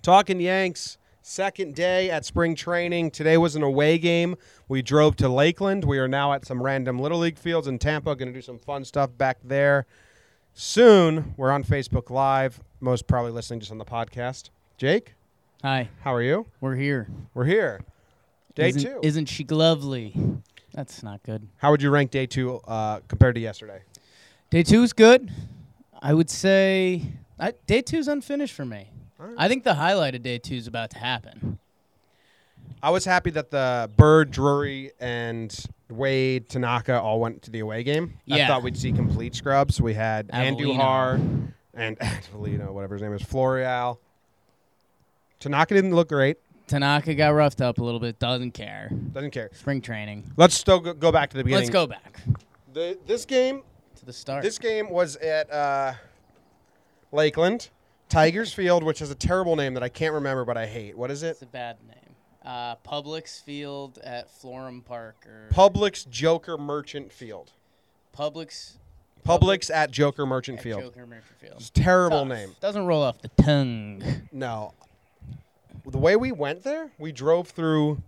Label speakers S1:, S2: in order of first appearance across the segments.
S1: Talking Yanks, second day at spring training. Today was an away game. We drove to Lakeland. We are now at some random Little League fields in Tampa. Going to do some fun stuff back there. Soon, we're on Facebook Live, most probably listening just on the podcast. Jake,
S2: Hi,
S1: how are you?
S2: we're here.
S1: We're here. Day
S2: isn't,
S1: 2
S2: Isn't she lovely? That's not good.
S1: How would you rank day two uh, compared to yesterday?
S2: Day two is good. I would say I, day two's unfinished for me. I think the highlight of day two is about to happen.
S1: I was happy that the Bird, Drury, and Wade Tanaka all went to the away game. I
S2: Yeah.
S1: thought we'd see complete scrubs. We had
S2: Avellino.
S1: Andujar and Avelino, whatever his name is, Florial. Tanaka didn't look great.
S2: Tanaka got roughed up a little bit. Doesn't care.
S1: Doesn't care.
S2: Spring training.
S1: Let's still go, go back to the beginning.
S2: Let's go back
S1: The, this game,
S2: to the start.
S1: this game was at uh, Lakeland Tigers Field, which has a terrible name that I can't remember, but I hate. What is it?
S2: it's a bad name. Uh, Publix Field at Florham Park or
S1: Publix Joker Merchant Field.
S2: Publix
S1: Publix at Joker Merchant
S2: at
S1: Field.
S2: Joker Merchant Field.
S1: It's a terrible
S2: Tough.
S1: name.
S2: Doesn't roll off the tongue.
S1: No. The way we went there, we drove through.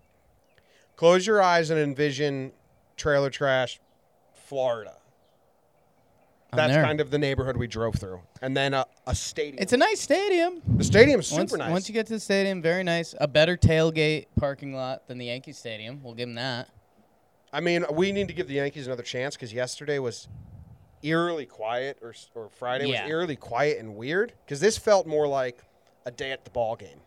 S1: Close your eyes and envision trailer trash, Florida.
S2: I'm
S1: That's
S2: there.
S1: kind of the neighborhood we drove through, and then a, a stadium.
S2: It's a nice stadium.
S1: the stadium's super
S2: once,
S1: nice.
S2: once you get to the stadium, very nice. A better tailgate parking lot than the Yankee Stadium. We'll give them that.
S1: I mean, we need to give the Yankees another chance because yesterday was eerily quiet, or s- or Friday
S2: Yeah.
S1: was eerily quiet and weird. Because this felt more like a day at the ball game,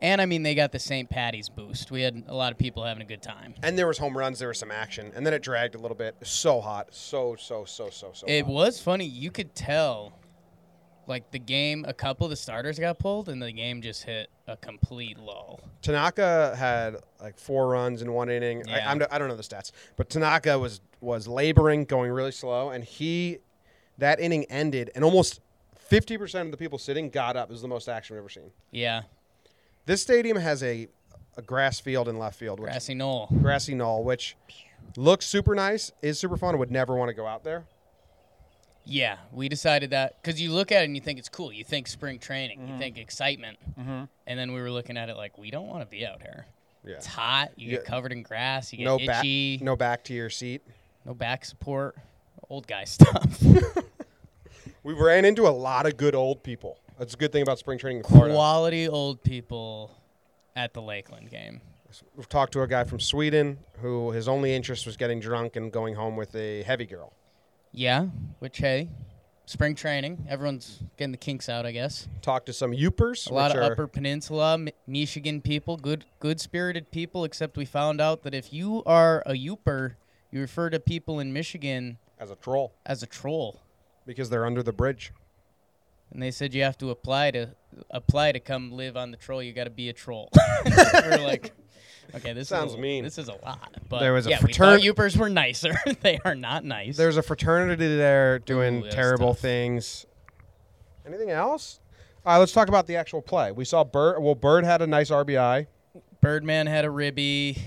S2: And I mean, they got the St. Patty's boost. We had a lot of people having a good time.
S1: and there was home runs, there was some action, and then it dragged a little bit. So hot, so so so so so.
S2: It
S1: hot.
S2: was funny. You could tell, like the game, a couple of the starters got pulled, and the game just hit a complete lull.
S1: Tanaka had like four runs in one inning. I,
S2: Yeah.
S1: I'm, I don't know the stats, but Tanaka was was laboring, going really slow, and he that inning ended, and almost fifty percent of the people sitting got up. It was the most action we've ever seen.
S2: Yeah,
S1: This stadium has a a grass field in left field, which
S2: grassy knoll.
S1: grassy knoll, which looks super nice, is super fun. Would never want to go out there.
S2: Yeah, we decided that because you look at it and you think it's cool. You think spring training.
S1: Mm-hmm.
S2: You think excitement. And then we were looking at it like we don't want to be out here.
S1: Yeah,
S2: It's hot. You get
S1: Yeah.
S2: covered in grass. You get
S1: no back,
S2: itchy.
S1: no back to your seat.
S2: No back support. Old guy stuff.
S1: We ran into a lot of good old people. That's a good thing about spring training in Florida.
S2: Quality old people at the Lakeland game.
S1: We've talked to a guy from Sweden who his only interest was getting drunk and going home with a heavy girl.
S2: Yeah, which hey, spring training. Everyone's getting the kinks out, I guess.
S1: Talked to some Upers,
S2: A lot
S1: which
S2: of
S1: are
S2: Upper Peninsula, M- Michigan people, good good spirited people. Except we found out that if you are a youper, you refer to people in Michigan
S1: as a troll
S2: as a troll,
S1: because they're under the bridge.
S2: and they said you have to apply to apply to come live on the troll. You got to be a troll. we're like. Okay, this
S1: Sounds
S2: is a,
S1: mean.
S2: This is a lot, but
S1: There was a
S2: yeah,
S1: fratern-
S2: we thought Upers were nicer. they are not nice.
S1: There's a fraternity there
S2: Ooh,
S1: doing
S2: that's
S1: terrible
S2: tough.
S1: things. Anything else? All right, let's talk about the actual play. We saw Bird. Well, Bird had a nice RBI.
S2: Birdman had a ribby.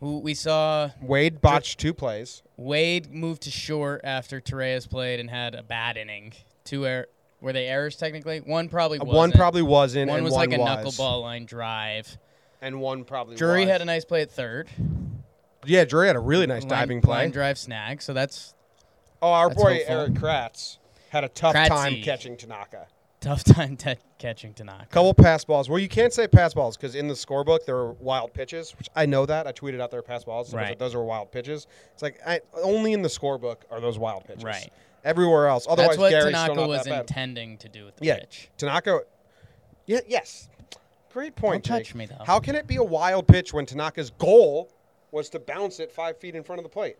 S2: Who we saw
S1: Wade botched two plays.
S2: Wade moved to short after Torres played and had a bad inning. Two er- were they errors technically? Uh, One probably wasn't.
S1: One probably wasn't.
S2: one
S1: and
S2: was
S1: one
S2: like a
S1: was.
S2: knuckleball line drive.
S1: And one probably.
S2: Drury
S1: was.
S2: had a nice play at third.
S1: yeah. Drury had a really nice
S2: Line-
S1: diving play.
S2: Line drive snag. So that's
S1: oh, our
S2: That's
S1: boy
S2: hopeful.
S1: Eric Kratz had a tough time
S2: Kratzy.
S1: catching Tanaka.
S2: tough time te- catching Tanaka.
S1: couple pass balls. Well, you can't say pass balls because in the scorebook there are wild pitches. Which I know that I tweeted out there are pass balls. so
S2: Right.
S1: Those are wild pitches. It's like I, only in the scorebook are those wild pitches.
S2: Right.
S1: Everywhere else, otherwise
S2: That's what
S1: Gary's still
S2: Tanaka
S1: not
S2: was
S1: that bad.
S2: intending to do with the
S1: yeah,
S2: pitch.
S1: Tanaka. Yeah, yes. Great point.
S2: Don't touch
S1: Jake.
S2: me, though.
S1: How can it be a wild pitch when Tanaka's goal was to bounce it five feet in front of the plate?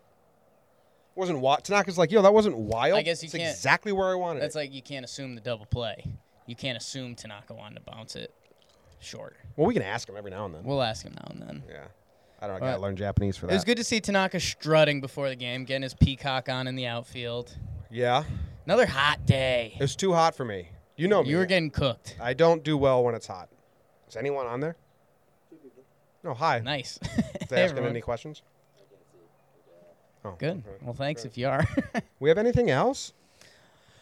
S1: Wasn't wild. Tanaka's like, yo, that wasn't wild.
S2: I guess you
S1: it's
S2: can't-
S1: exactly where I wanted
S2: That's
S1: it.
S2: like you can't assume the double play. You can't assume Tanaka wanted to bounce it short.
S1: well, we can ask him every now and then.
S2: We'll ask him now and then.
S1: yeah, I don't. know. I gotta
S2: Well,
S1: learn Japanese for that.
S2: It was good to see Tanaka strutting before the game, getting his peacock on in the outfield.
S1: Yeah.
S2: Another hot day.
S1: It's too hot for me. You know me.
S2: You were getting cooked.
S1: I don't do well when it's hot. Is anyone on there? No, hi. Did
S2: Nice.
S1: they
S2: Hey,
S1: asking
S2: everyone.
S1: any questions? Oh,
S2: Good.
S1: okay.
S2: Well, thanks if you are.
S1: We have anything else?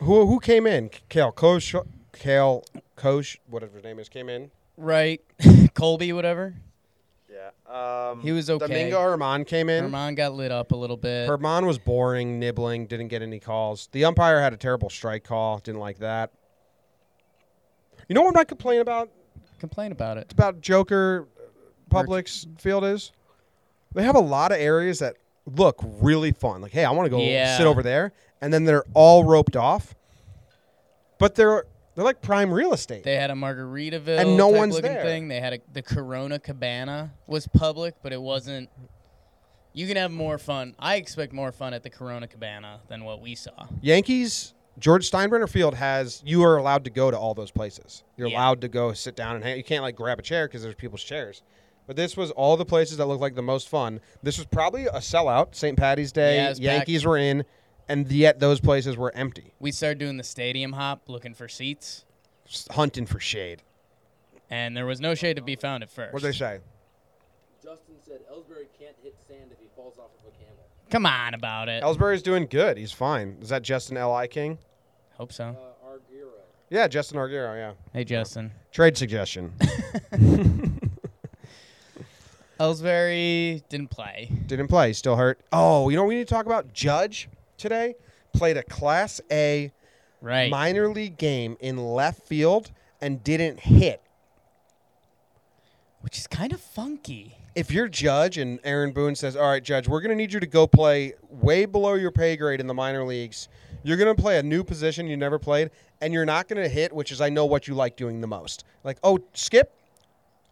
S1: Who who came in? Kale Kosh Kale Koch, whatever his name is, came in.
S2: Right. Colby, whatever.
S1: Yeah. Um,
S2: He was okay.
S1: Domingo Herman came in.
S2: Herman got lit up a little bit.
S1: Herman was boring, nibbling, didn't get any calls. The umpire had a terrible strike call. Didn't like that. You know what I complain about
S2: Complain about it.
S1: about Joker Publix Field is? They have a lot of areas that look really fun. Like, hey, I want to go
S2: Yeah.
S1: sit over there, and then they're all roped off. But they're they're like prime real estate.
S2: They had a Margaritaville
S1: And no
S2: type
S1: one's
S2: looking
S1: there.
S2: thing. They had a, the Corona Cabana was public, but it wasn't. You can have more fun. I expect more fun at the Corona Cabana than what we saw.
S1: Yankees George Steinbrenner Field has you are allowed to go to all those places. You're
S2: Yeah.
S1: allowed to go sit down and hang. You can't like grab a chair because there's people's chairs. But this was all the places that looked like the most fun. This was probably a sellout. St. Patty's Day,
S2: Yeah, it was packed.
S1: Yankees were in, and yet those places were empty,
S2: We started doing the stadium hop, looking for seats,
S1: Just hunting for shade.
S2: and there was no shade to be found at first.
S1: What did they say?
S3: Justin said Ellsbury can't hit sand if he falls off of a camel.
S2: Come on about it.
S1: Ellsbury's doing good. He's fine. Is that Justin Li King?
S2: Hope so.
S3: Uh, Arguero.
S1: Yeah, Justin Arguero. Yeah.
S2: Hey, Justin.
S1: Trade suggestion.
S2: Ellsbury didn't play.
S1: Didn't play. He's Still hurt. Oh, you know what we need to talk about? Judge today played a Class A
S2: Right.
S1: minor league game in left field and didn't hit.
S2: Which is kind of funky.
S1: If you're judge and Aaron Boone says, "All right, judge, we're going to need you to go play way below your pay grade in the minor leagues. You're going to play a new position you never played, and you're not going to hit, which is I know what you like doing the most. Like, oh, skip,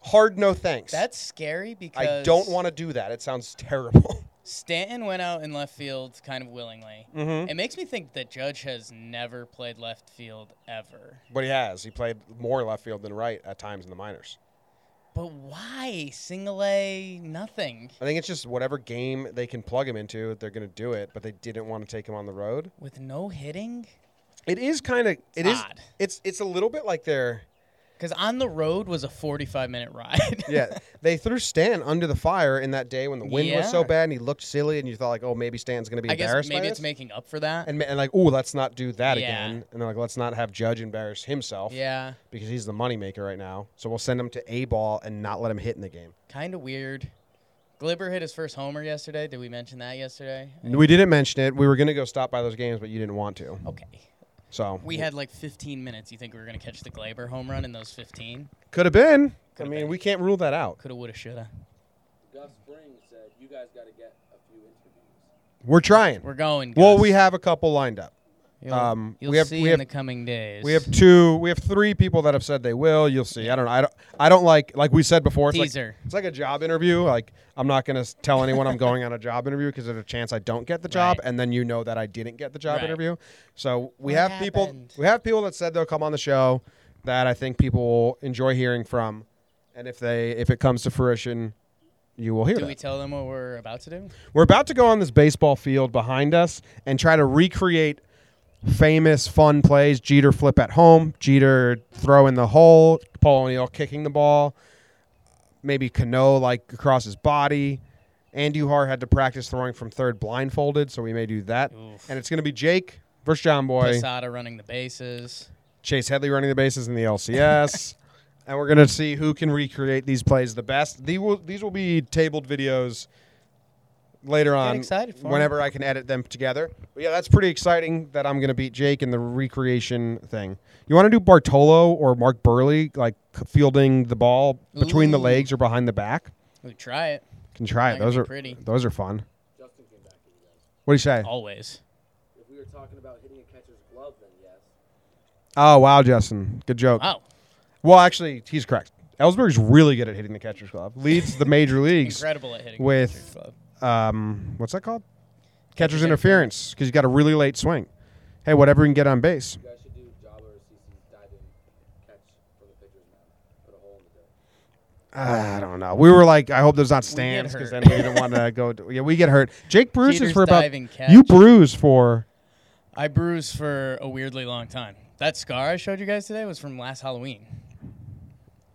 S1: hard, no thanks.
S2: That's scary because
S1: I don't want to do that. It sounds terrible.
S2: Stanton went out in left field kind of willingly.
S1: Mhm.
S2: It makes me think that Judge has never played left field ever.
S1: but he has. He played more left field than right at times in the minors.
S2: But why single A nothing
S1: I think it's just whatever game they can plug him into, they're going to do it. But they didn't want to take him on the road.
S2: with no hitting?
S1: It is kind of it is
S2: odd.
S1: it's it's a little bit like they're
S2: Because on the road was a 45 minute ride.
S1: yeah they threw Stan under the fire in that day when the wind was so
S2: Yeah.
S1: bad and he looked silly and you thought like oh maybe Stan's gonna be
S2: I guess
S1: embarrassed by
S2: maybe it's
S1: this.
S2: making up for that.
S1: and, ma- and like oh let's not do that
S2: Yeah.
S1: again and they're like let's not have Judge embarrass himself
S2: yeah,
S1: because he's the moneymaker right now so we'll send him to a ball and not let him hit in the game
S2: kind of weird. Glibber hit his first homer yesterday. Did we mention that yesterday?
S1: we didn't mention it we were gonna go stop by those games but you didn't want to
S2: Okay.
S1: so
S2: We had like 15 minutes. You think we were going to catch the Glaber home run in those 15?
S1: could have been I
S2: Coulda
S1: mean
S2: been.
S1: we can't rule that out
S2: Coulda, woulda, shoulda.
S3: Gus Spring said you guys got to get a few interviews.
S1: we're trying
S2: We're going.
S1: well
S2: Gus.
S1: we have a couple lined up.
S2: You'll,
S1: um,
S2: you'll
S1: we have-
S2: see
S1: we
S2: in
S1: have-
S2: the coming days.
S1: We have two. We have three people that have said they will. You'll see. I don't know. I don't. I don't like like we said before. It's
S2: Teaser.
S1: Like, it's like a job interview. Like I'm not gonna s- tell anyone I'm going on a job interview because there's a chance I don't get the job,
S2: Right.
S1: and then you know that I didn't get the job
S2: Right.
S1: interview. So we
S2: What
S1: have people.
S2: happened?
S1: We have people that said they'll come on the show that I think people will enjoy hearing from, and if they if it comes to fruition, you will hear.
S2: Do
S1: that.
S2: we tell them what we're about to do?
S1: We're about to go on this baseball field behind us and try to recreate famous fun plays. Jeter flip at home, Jeter throw in the hole, Paul O'Neill kicking the ball, maybe Cano like across his body. Andy Har had to practice throwing from third blindfolded, so we may do that.
S2: Oof.
S1: And it's going to be Jake versus John Boy,
S2: Posada running the bases.
S1: Chase Headley running the bases in the LCS. And we're gonna see who can recreate these plays the best. These will, these will be tabled videos later on.
S2: excited for 'em.
S1: whenever I can edit them together. But yeah, that's pretty exciting that I'm gonna beat Jake in the recreation thing. You want to do Bartolo or Mark Burley, like fielding the ball between the
S2: Ooh.
S1: legs or behind the back?
S2: We try it
S1: Can try it.
S2: That could
S1: Those
S2: be
S1: are
S2: pretty.
S1: Those are fun.
S3: Justin came back to you guys.
S1: What do you say?
S2: always.
S3: If we were talking about hitting a catcher's glove, then yes.
S1: Oh wow, Justin, good joke.
S2: Wow,
S1: Well, actually, he's correct. Ellsbury's really good at hitting the catcher's glove. Leads the major leagues.
S2: incredible at hitting
S1: with-
S2: catcher's glove.
S1: um, what's that called? Catcher's
S2: Catcher's
S1: interference because you got a really late swing. Hey, whatever you can get on base.
S3: You guys should do Jobber or CC's diving catch for the pitcher's mound. Put a hole in the
S1: Ah,
S3: dirt.
S1: I don't know. We were like, I hope there's not stands
S2: hurt.
S1: because then we didn't want to go. do- yeah, we get hurt. Jake bruises
S2: Jeter's
S1: for about.
S2: diving catch.
S1: You bruise for.
S2: I bruised for a weirdly long time. That scar I showed you guys today was from last Halloween.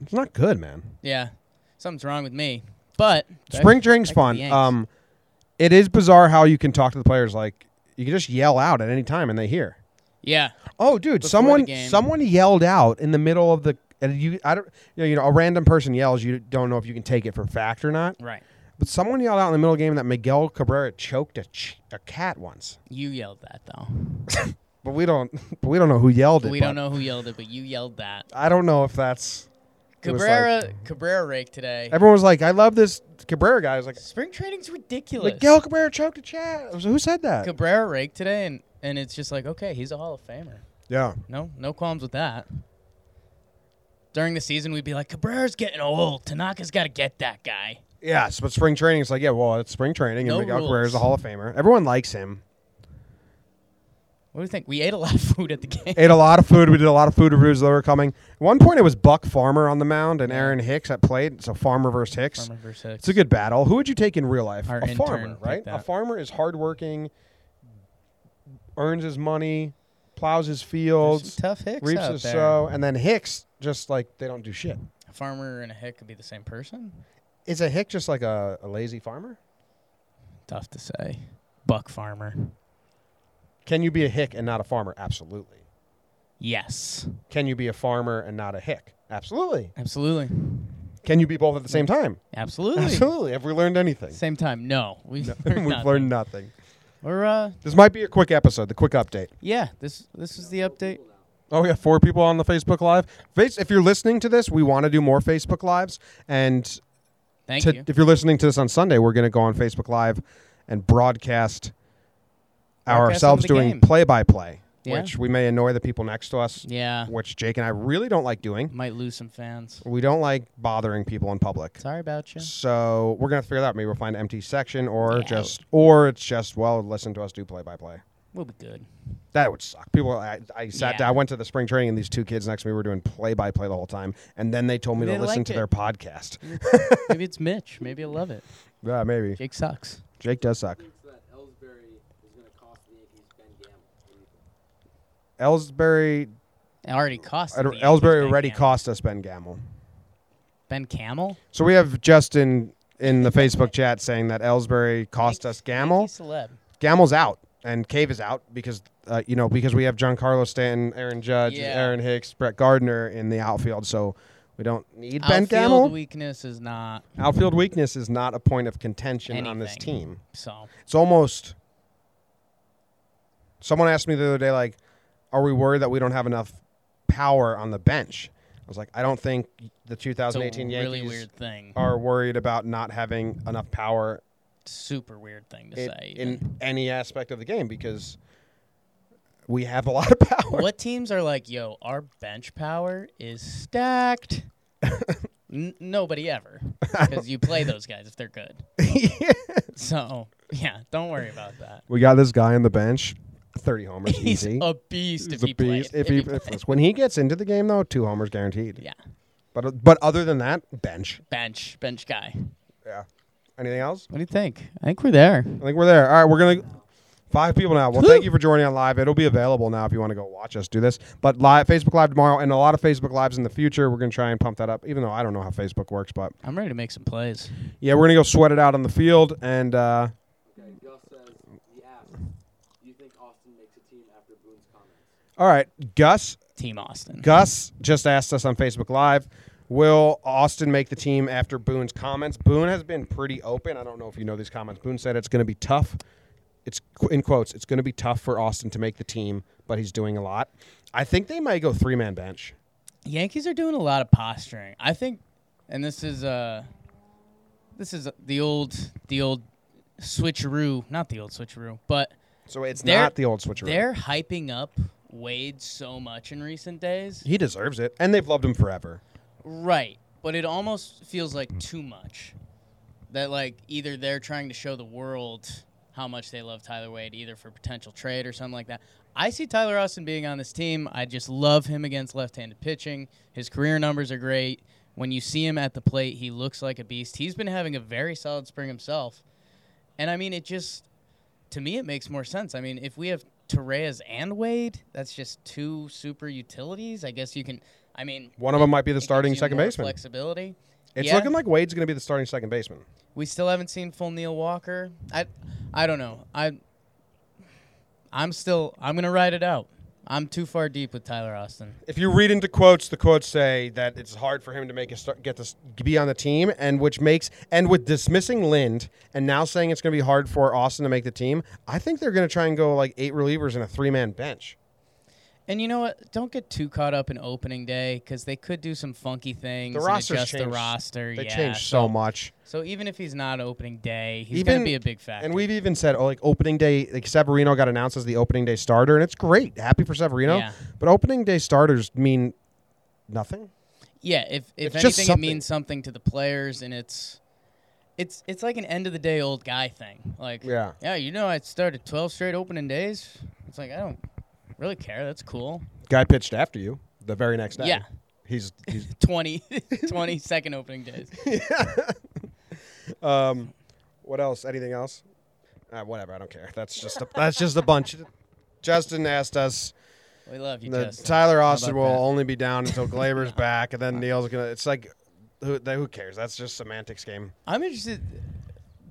S1: It's not good, man.
S2: Yeah, something's wrong with me. But back-
S1: Spring training's
S2: back to the
S1: fun.
S2: Yanks.
S1: Um, it is bizarre how you can talk to the players. Like you can just yell out at any time and they hear.
S2: Yeah.
S1: Oh, dude,
S2: the
S1: someone
S2: game.
S1: someone yelled out in the middle of the and you I don't you know, you know a random person yells you don't know if you can take it for fact or not.
S2: Right.
S1: But someone yelled out in the middle of the game that Miguel Cabrera choked a, ch- a cat once.
S2: You yelled that though.
S1: But we don't but we don't know who yelled it.
S2: we
S1: but
S2: don't know who yelled it, but you yelled that.
S1: I don't know if that's it was like-
S2: Cabrera Cabrera rake today.
S1: everyone was like I love this Cabrera guy. I was like
S2: Spring training's ridiculous.
S1: Miguel Cabrera choked a cat. I was like, Who said that?
S2: Cabrera rake today and and it's just like, okay, he's a Hall of Famer.
S1: yeah.
S2: No, no qualms with that. During the season, we'd be like, Cabrera's getting old. Tanaka's got to get that guy.
S1: Yes, but spring training is like, yeah, well, it's spring training, and
S2: No
S1: Miguel Cabrera is a
S2: rules.
S1: Hall of Famer. Everyone likes him.
S2: What do you think? We ate a lot of food at the game.
S1: Ate a lot of food. We did a lot of food reviews that were coming. At one point, it was Buck Farmer on the mound and Aaron Hicks that played. So Farmer versus Hicks.
S2: Farmer versus Hicks.
S1: It's a good battle. Who would you take in real life?
S2: Our
S1: a
S2: intern
S1: farmer,
S2: picked
S1: right? A
S2: that.
S1: farmer is hardworking, earns his money, plows his
S2: There's
S1: fields,
S2: some tough Hicks
S1: reaps
S2: out
S1: his
S2: there.
S1: sow, and then Hicks just like they don't do shit.
S2: A farmer and a hick could be the same person.
S1: Is a Hick just like a, a lazy farmer?
S2: Tough to say. Buck farmer.
S1: Can you be a Hick and not a farmer? Absolutely.
S2: Yes.
S1: Can you be a farmer and not a Hick? Absolutely.
S2: Absolutely.
S1: Can you be both at the same time?
S2: Absolutely.
S1: Absolutely. Have we learned anything?
S2: Same time. No. We've,
S1: We've
S2: learned nothing.
S1: learned nothing.
S2: We're, uh,
S1: This might be a quick episode, the quick update.
S2: yeah, this this is the update.
S1: Oh, we have four people on the Facebook Live. Face, if you're listening to this, we want to do more Facebook Lives. And
S2: Thank
S1: to-
S2: you.
S1: if you're listening to this on Sunday, we're going to go on Facebook Live and broadcast ourselves
S2: some of the
S1: doing
S2: game.
S1: play by play,
S2: Yeah.
S1: which we may annoy the people next to us,
S2: Yeah.
S1: which Jake and I really don't like doing.
S2: Might lose some fans.
S1: We don't like bothering people in public.
S2: Sorry about you.
S1: So we're gonna figure that out. Maybe we'll find an empty section, or
S2: Yeah.
S1: just, or it's just well, listen to us do play by play.
S2: We'll be good.
S1: That would suck. People, I, I sat
S2: Yeah.
S1: down. I went to the spring training, and these two kids next to me were doing play by play the whole time, and then they told me
S2: They
S1: to listen
S2: liked
S1: to
S2: it.
S1: their podcast.
S2: Maybe it's Mitch. Maybe I love it.
S1: yeah, maybe
S2: Jake sucks.
S1: Jake does suck.
S3: Thinks that Ellsbury is going to cost the Yankees Ben Gamble. What do you
S1: Ellsbury,
S3: think?
S2: It already cost. the Yankees
S1: Ellsbury
S2: Ben
S1: already
S2: Camel.
S1: cost us Ben Gamel.
S2: Ben Camel.
S1: So we have Justin in the Facebook chat saying that Ellsbury cost us Gamel.
S2: Yankee Celeb.
S1: Gamel's out and Cave is out because uh, you know because we have Giancarlo Stanton, Aaron Judge,
S2: Yeah.
S1: Aaron Hicks, Brett Gardner in the outfield, so we don't need Ben
S2: Outfield
S1: Gamel.
S2: weakness is not
S1: outfield weakness is not a point of contention on this
S2: Anything.
S1: team.
S2: so.
S1: It's almost. Someone asked me the other day, like, "Are we worried that we don't have enough power on the bench?" I was like, "I don't think the
S2: It's a
S1: 2018
S2: really
S1: Yankees
S2: weird thing.
S1: are worried about not having enough power
S2: Super weird thing to
S1: it-
S2: say. even.
S1: in any aspect of the game because we have a lot of power.
S2: what teams are like, yo, our bench power is stacked. N- nobody ever, because you play those guys if they're good. So yeah, don't worry about that.
S1: We got this guy on the bench, 30 homers
S2: He's
S1: easy.
S2: a beast
S1: He's
S2: if he plays.
S1: If he, if- when he gets into the game though, two homers guaranteed.
S2: yeah,
S1: But but other than that, bench.
S2: bench bench guy.
S1: Yeah. Anything else?
S2: What do you think? I think we're there.
S1: I think we're there. All right, we're gonna five people now. Well, thank you for joining on live. It'll be available now if you want to go watch us do this. But live Facebook Live tomorrow and a lot of Facebook Lives in the future. We're gonna try and pump that up, even though I don't know how Facebook works, but
S2: I'm ready to make some plays.
S1: yeah, we're gonna go sweat it out on the field and uh
S3: Okay, Gus says he asks, "Do you think Austin makes a team after Boone's comments?"
S1: all right, Gus
S2: Team Austin.
S1: Gus just asked us on Facebook Live, will Austin make the team after Boone's comments? Boone has been pretty open. I don't know if you know these comments. Boone said it's going to be tough. It's in quotes, it's going to be tough for Austin to make the team, but he's doing a lot. I think they might go three man bench.
S2: Yankees are doing a lot of posturing. I think, and this is uh, this is the old the old switcheroo, not the old switcheroo, but
S1: So it's
S2: They're-
S1: not the old switcheroo.
S2: they're hyping up Wade so much in recent days.
S1: He deserves it, and they've loved him forever.
S2: Right, but it almost feels like too much. That like either they're trying to show the world how much they love Tyler Wade, either for potential trade or something like that. I see Tyler Austin being on this team. I just love him against left-handed pitching. His career numbers are great. When you see him at the plate, he looks like a beast. He's been having a very solid spring himself. And I mean, it just to me it makes more sense. I mean, if we have Torres and Wade, that's just two super utilities. I guess you can. I mean,
S1: One of them might be the
S2: it
S1: starting
S2: gives you
S1: second
S2: more
S1: baseman.
S2: Flexibility.
S1: It's
S2: Yeah.
S1: looking like Wade's going to be the starting second baseman.
S2: We still haven't seen full Neil Walker. I, I don't know. I, I'm still. I'm gonna ride it out. I'm too far deep with Tyler Austin.
S1: If you read into quotes, the quotes say that it's hard for him to make a start, get to s- be on the team, and which makes and with dismissing Lind and now saying it's going to be hard for Austin to make the team, I think they're going to try and go like eight relievers and a three man bench.
S2: And you know what? Don't get too caught up in opening day because they could do some funky things.
S1: The
S2: and
S1: roster's
S2: adjust the
S1: changed.
S2: roster.
S1: They
S2: yeah.
S1: changed so much.
S2: So even if he's not opening day, he's going to be a big factor.
S1: And we've even said oh, like opening day, like Severino got announced as the opening day starter, and it's great. Happy for Severino.
S2: Yeah.
S1: But opening day starters mean nothing.
S2: yeah. If if
S1: It's just
S2: anything, it
S1: something.
S2: means something to the players, and it's it's it's like an end of the day old guy thing. Like
S1: Yeah.
S2: yeah. You know, I started 12 straight opening days. It's like I don't really care. That's cool.
S1: Guy pitched after you the very next day.
S2: Yeah.
S1: He's, he's
S2: 20, 20 second opening days.
S1: um, what else? Anything else? Uh, whatever. I don't care. That's just a, that's just a bunch. Justin asked us.
S2: We love you,
S1: The
S2: Justin.
S1: Tyler
S2: How
S1: Austin
S2: about
S1: will
S2: that?
S1: only be down until Glaber's back, and then Neil's gonna. It's like, who, they- who cares? That's just semantics game.
S2: I'm interested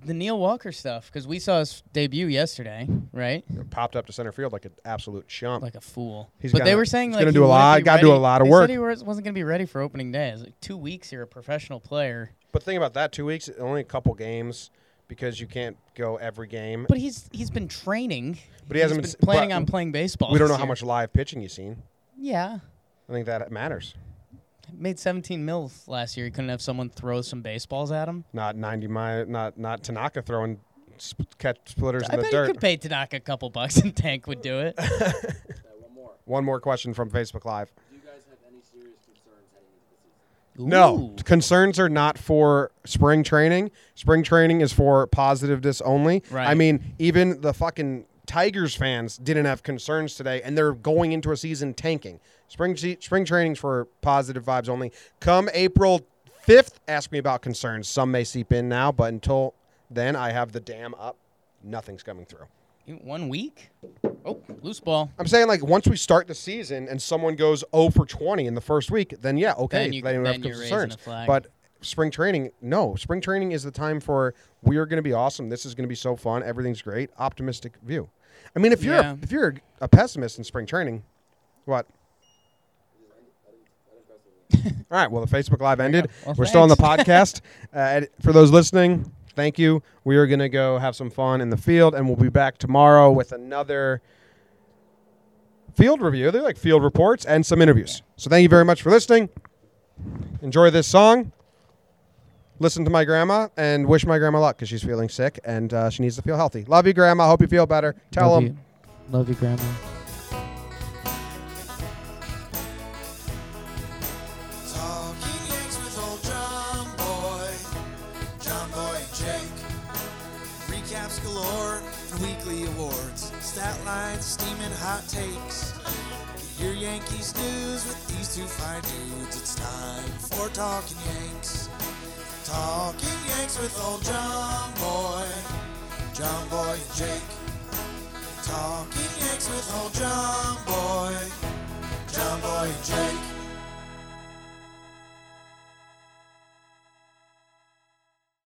S2: the Neil Walker stuff because we saw his debut yesterday, right?
S1: It popped up to center field like an absolute chump.
S2: Like a fool.
S1: He's
S2: but they
S1: gonna-
S2: were saying
S1: he's
S2: like
S1: gonna
S2: he
S1: do a
S2: wouldn't
S1: lot-
S2: be
S1: gotta do a
S2: ready-
S1: lot of
S2: they
S1: work.
S2: Said he was- wasn't going to be ready for opening day. It's like two weeks. You're a professional player,
S1: but think about that. Two weeks, only a couple games, because you can't go every game.
S2: but he's he's been training.
S1: But he hasn't
S2: He's
S1: been-
S2: planning
S1: but
S2: on playing baseball.
S1: we don't know
S2: this
S1: how
S2: year.
S1: much live pitching you've seen.
S2: Yeah,
S1: I think that matters.
S2: made 17 mils last year. He couldn't have someone throw some baseballs at him.
S1: Not ninety mile. Not not Tanaka throwing sp- catch splitters
S2: I
S1: in the
S2: bet
S1: dirt.
S2: he could pay Tanaka a couple bucks and Tank would do it.
S3: Okay, one more.
S1: One more question from Facebook Live.
S3: Do you guys have any serious concerns heading into the season?
S1: No,
S2: Ooh.
S1: concerns are not for spring training. Spring training is for positiveness only.
S2: Right.
S1: I mean, even the fucking Tigers fans didn't have concerns today, and they're going into a season tanking. Spring se- spring training's for positive vibes only. Come April fifth, ask me about concerns. Some may seep in now, but until then, I have the dam up. Nothing's coming through.
S2: One week. Oh, loose ball.
S1: I'm saying like once we start the season and someone goes 0 for 20 in the first week, then yeah, okay,
S2: Then you-
S1: don't
S2: then
S1: have
S2: you're raising
S1: concerns.
S2: a flag.
S1: But spring training, no, spring training is the time for we are going to be awesome. This is going to be so fun. Everything's great. Optimistic view. I mean, if you're
S2: Yeah.
S1: a, if you're a pessimist in spring training, what? All right. Well, the Facebook Live ended.
S2: go. Well,
S1: We're still on the podcast. uh, and for those listening, thank you. We are going to go have some fun in the field, and we'll be back tomorrow with another field review. They're like field reports and some interviews. So thank you very much for listening. Enjoy this song. Listen to my grandma and wish my grandma luck because she's feeling sick and uh, she needs to feel healthy. Love you, grandma. Hope you feel better. Tell
S2: Love
S1: them.
S2: you. Love you, Grandma.
S4: Talking Yanks with old John Boy, John Boy and Jake. Recaps galore and weekly awards, stat lines, steaming hot takes. Get your Yankees news with these two fine dudes. It's time for Talking Yanks. Talking Yanks with old John Boy, John Boy and Jake. Talking Yanks with old John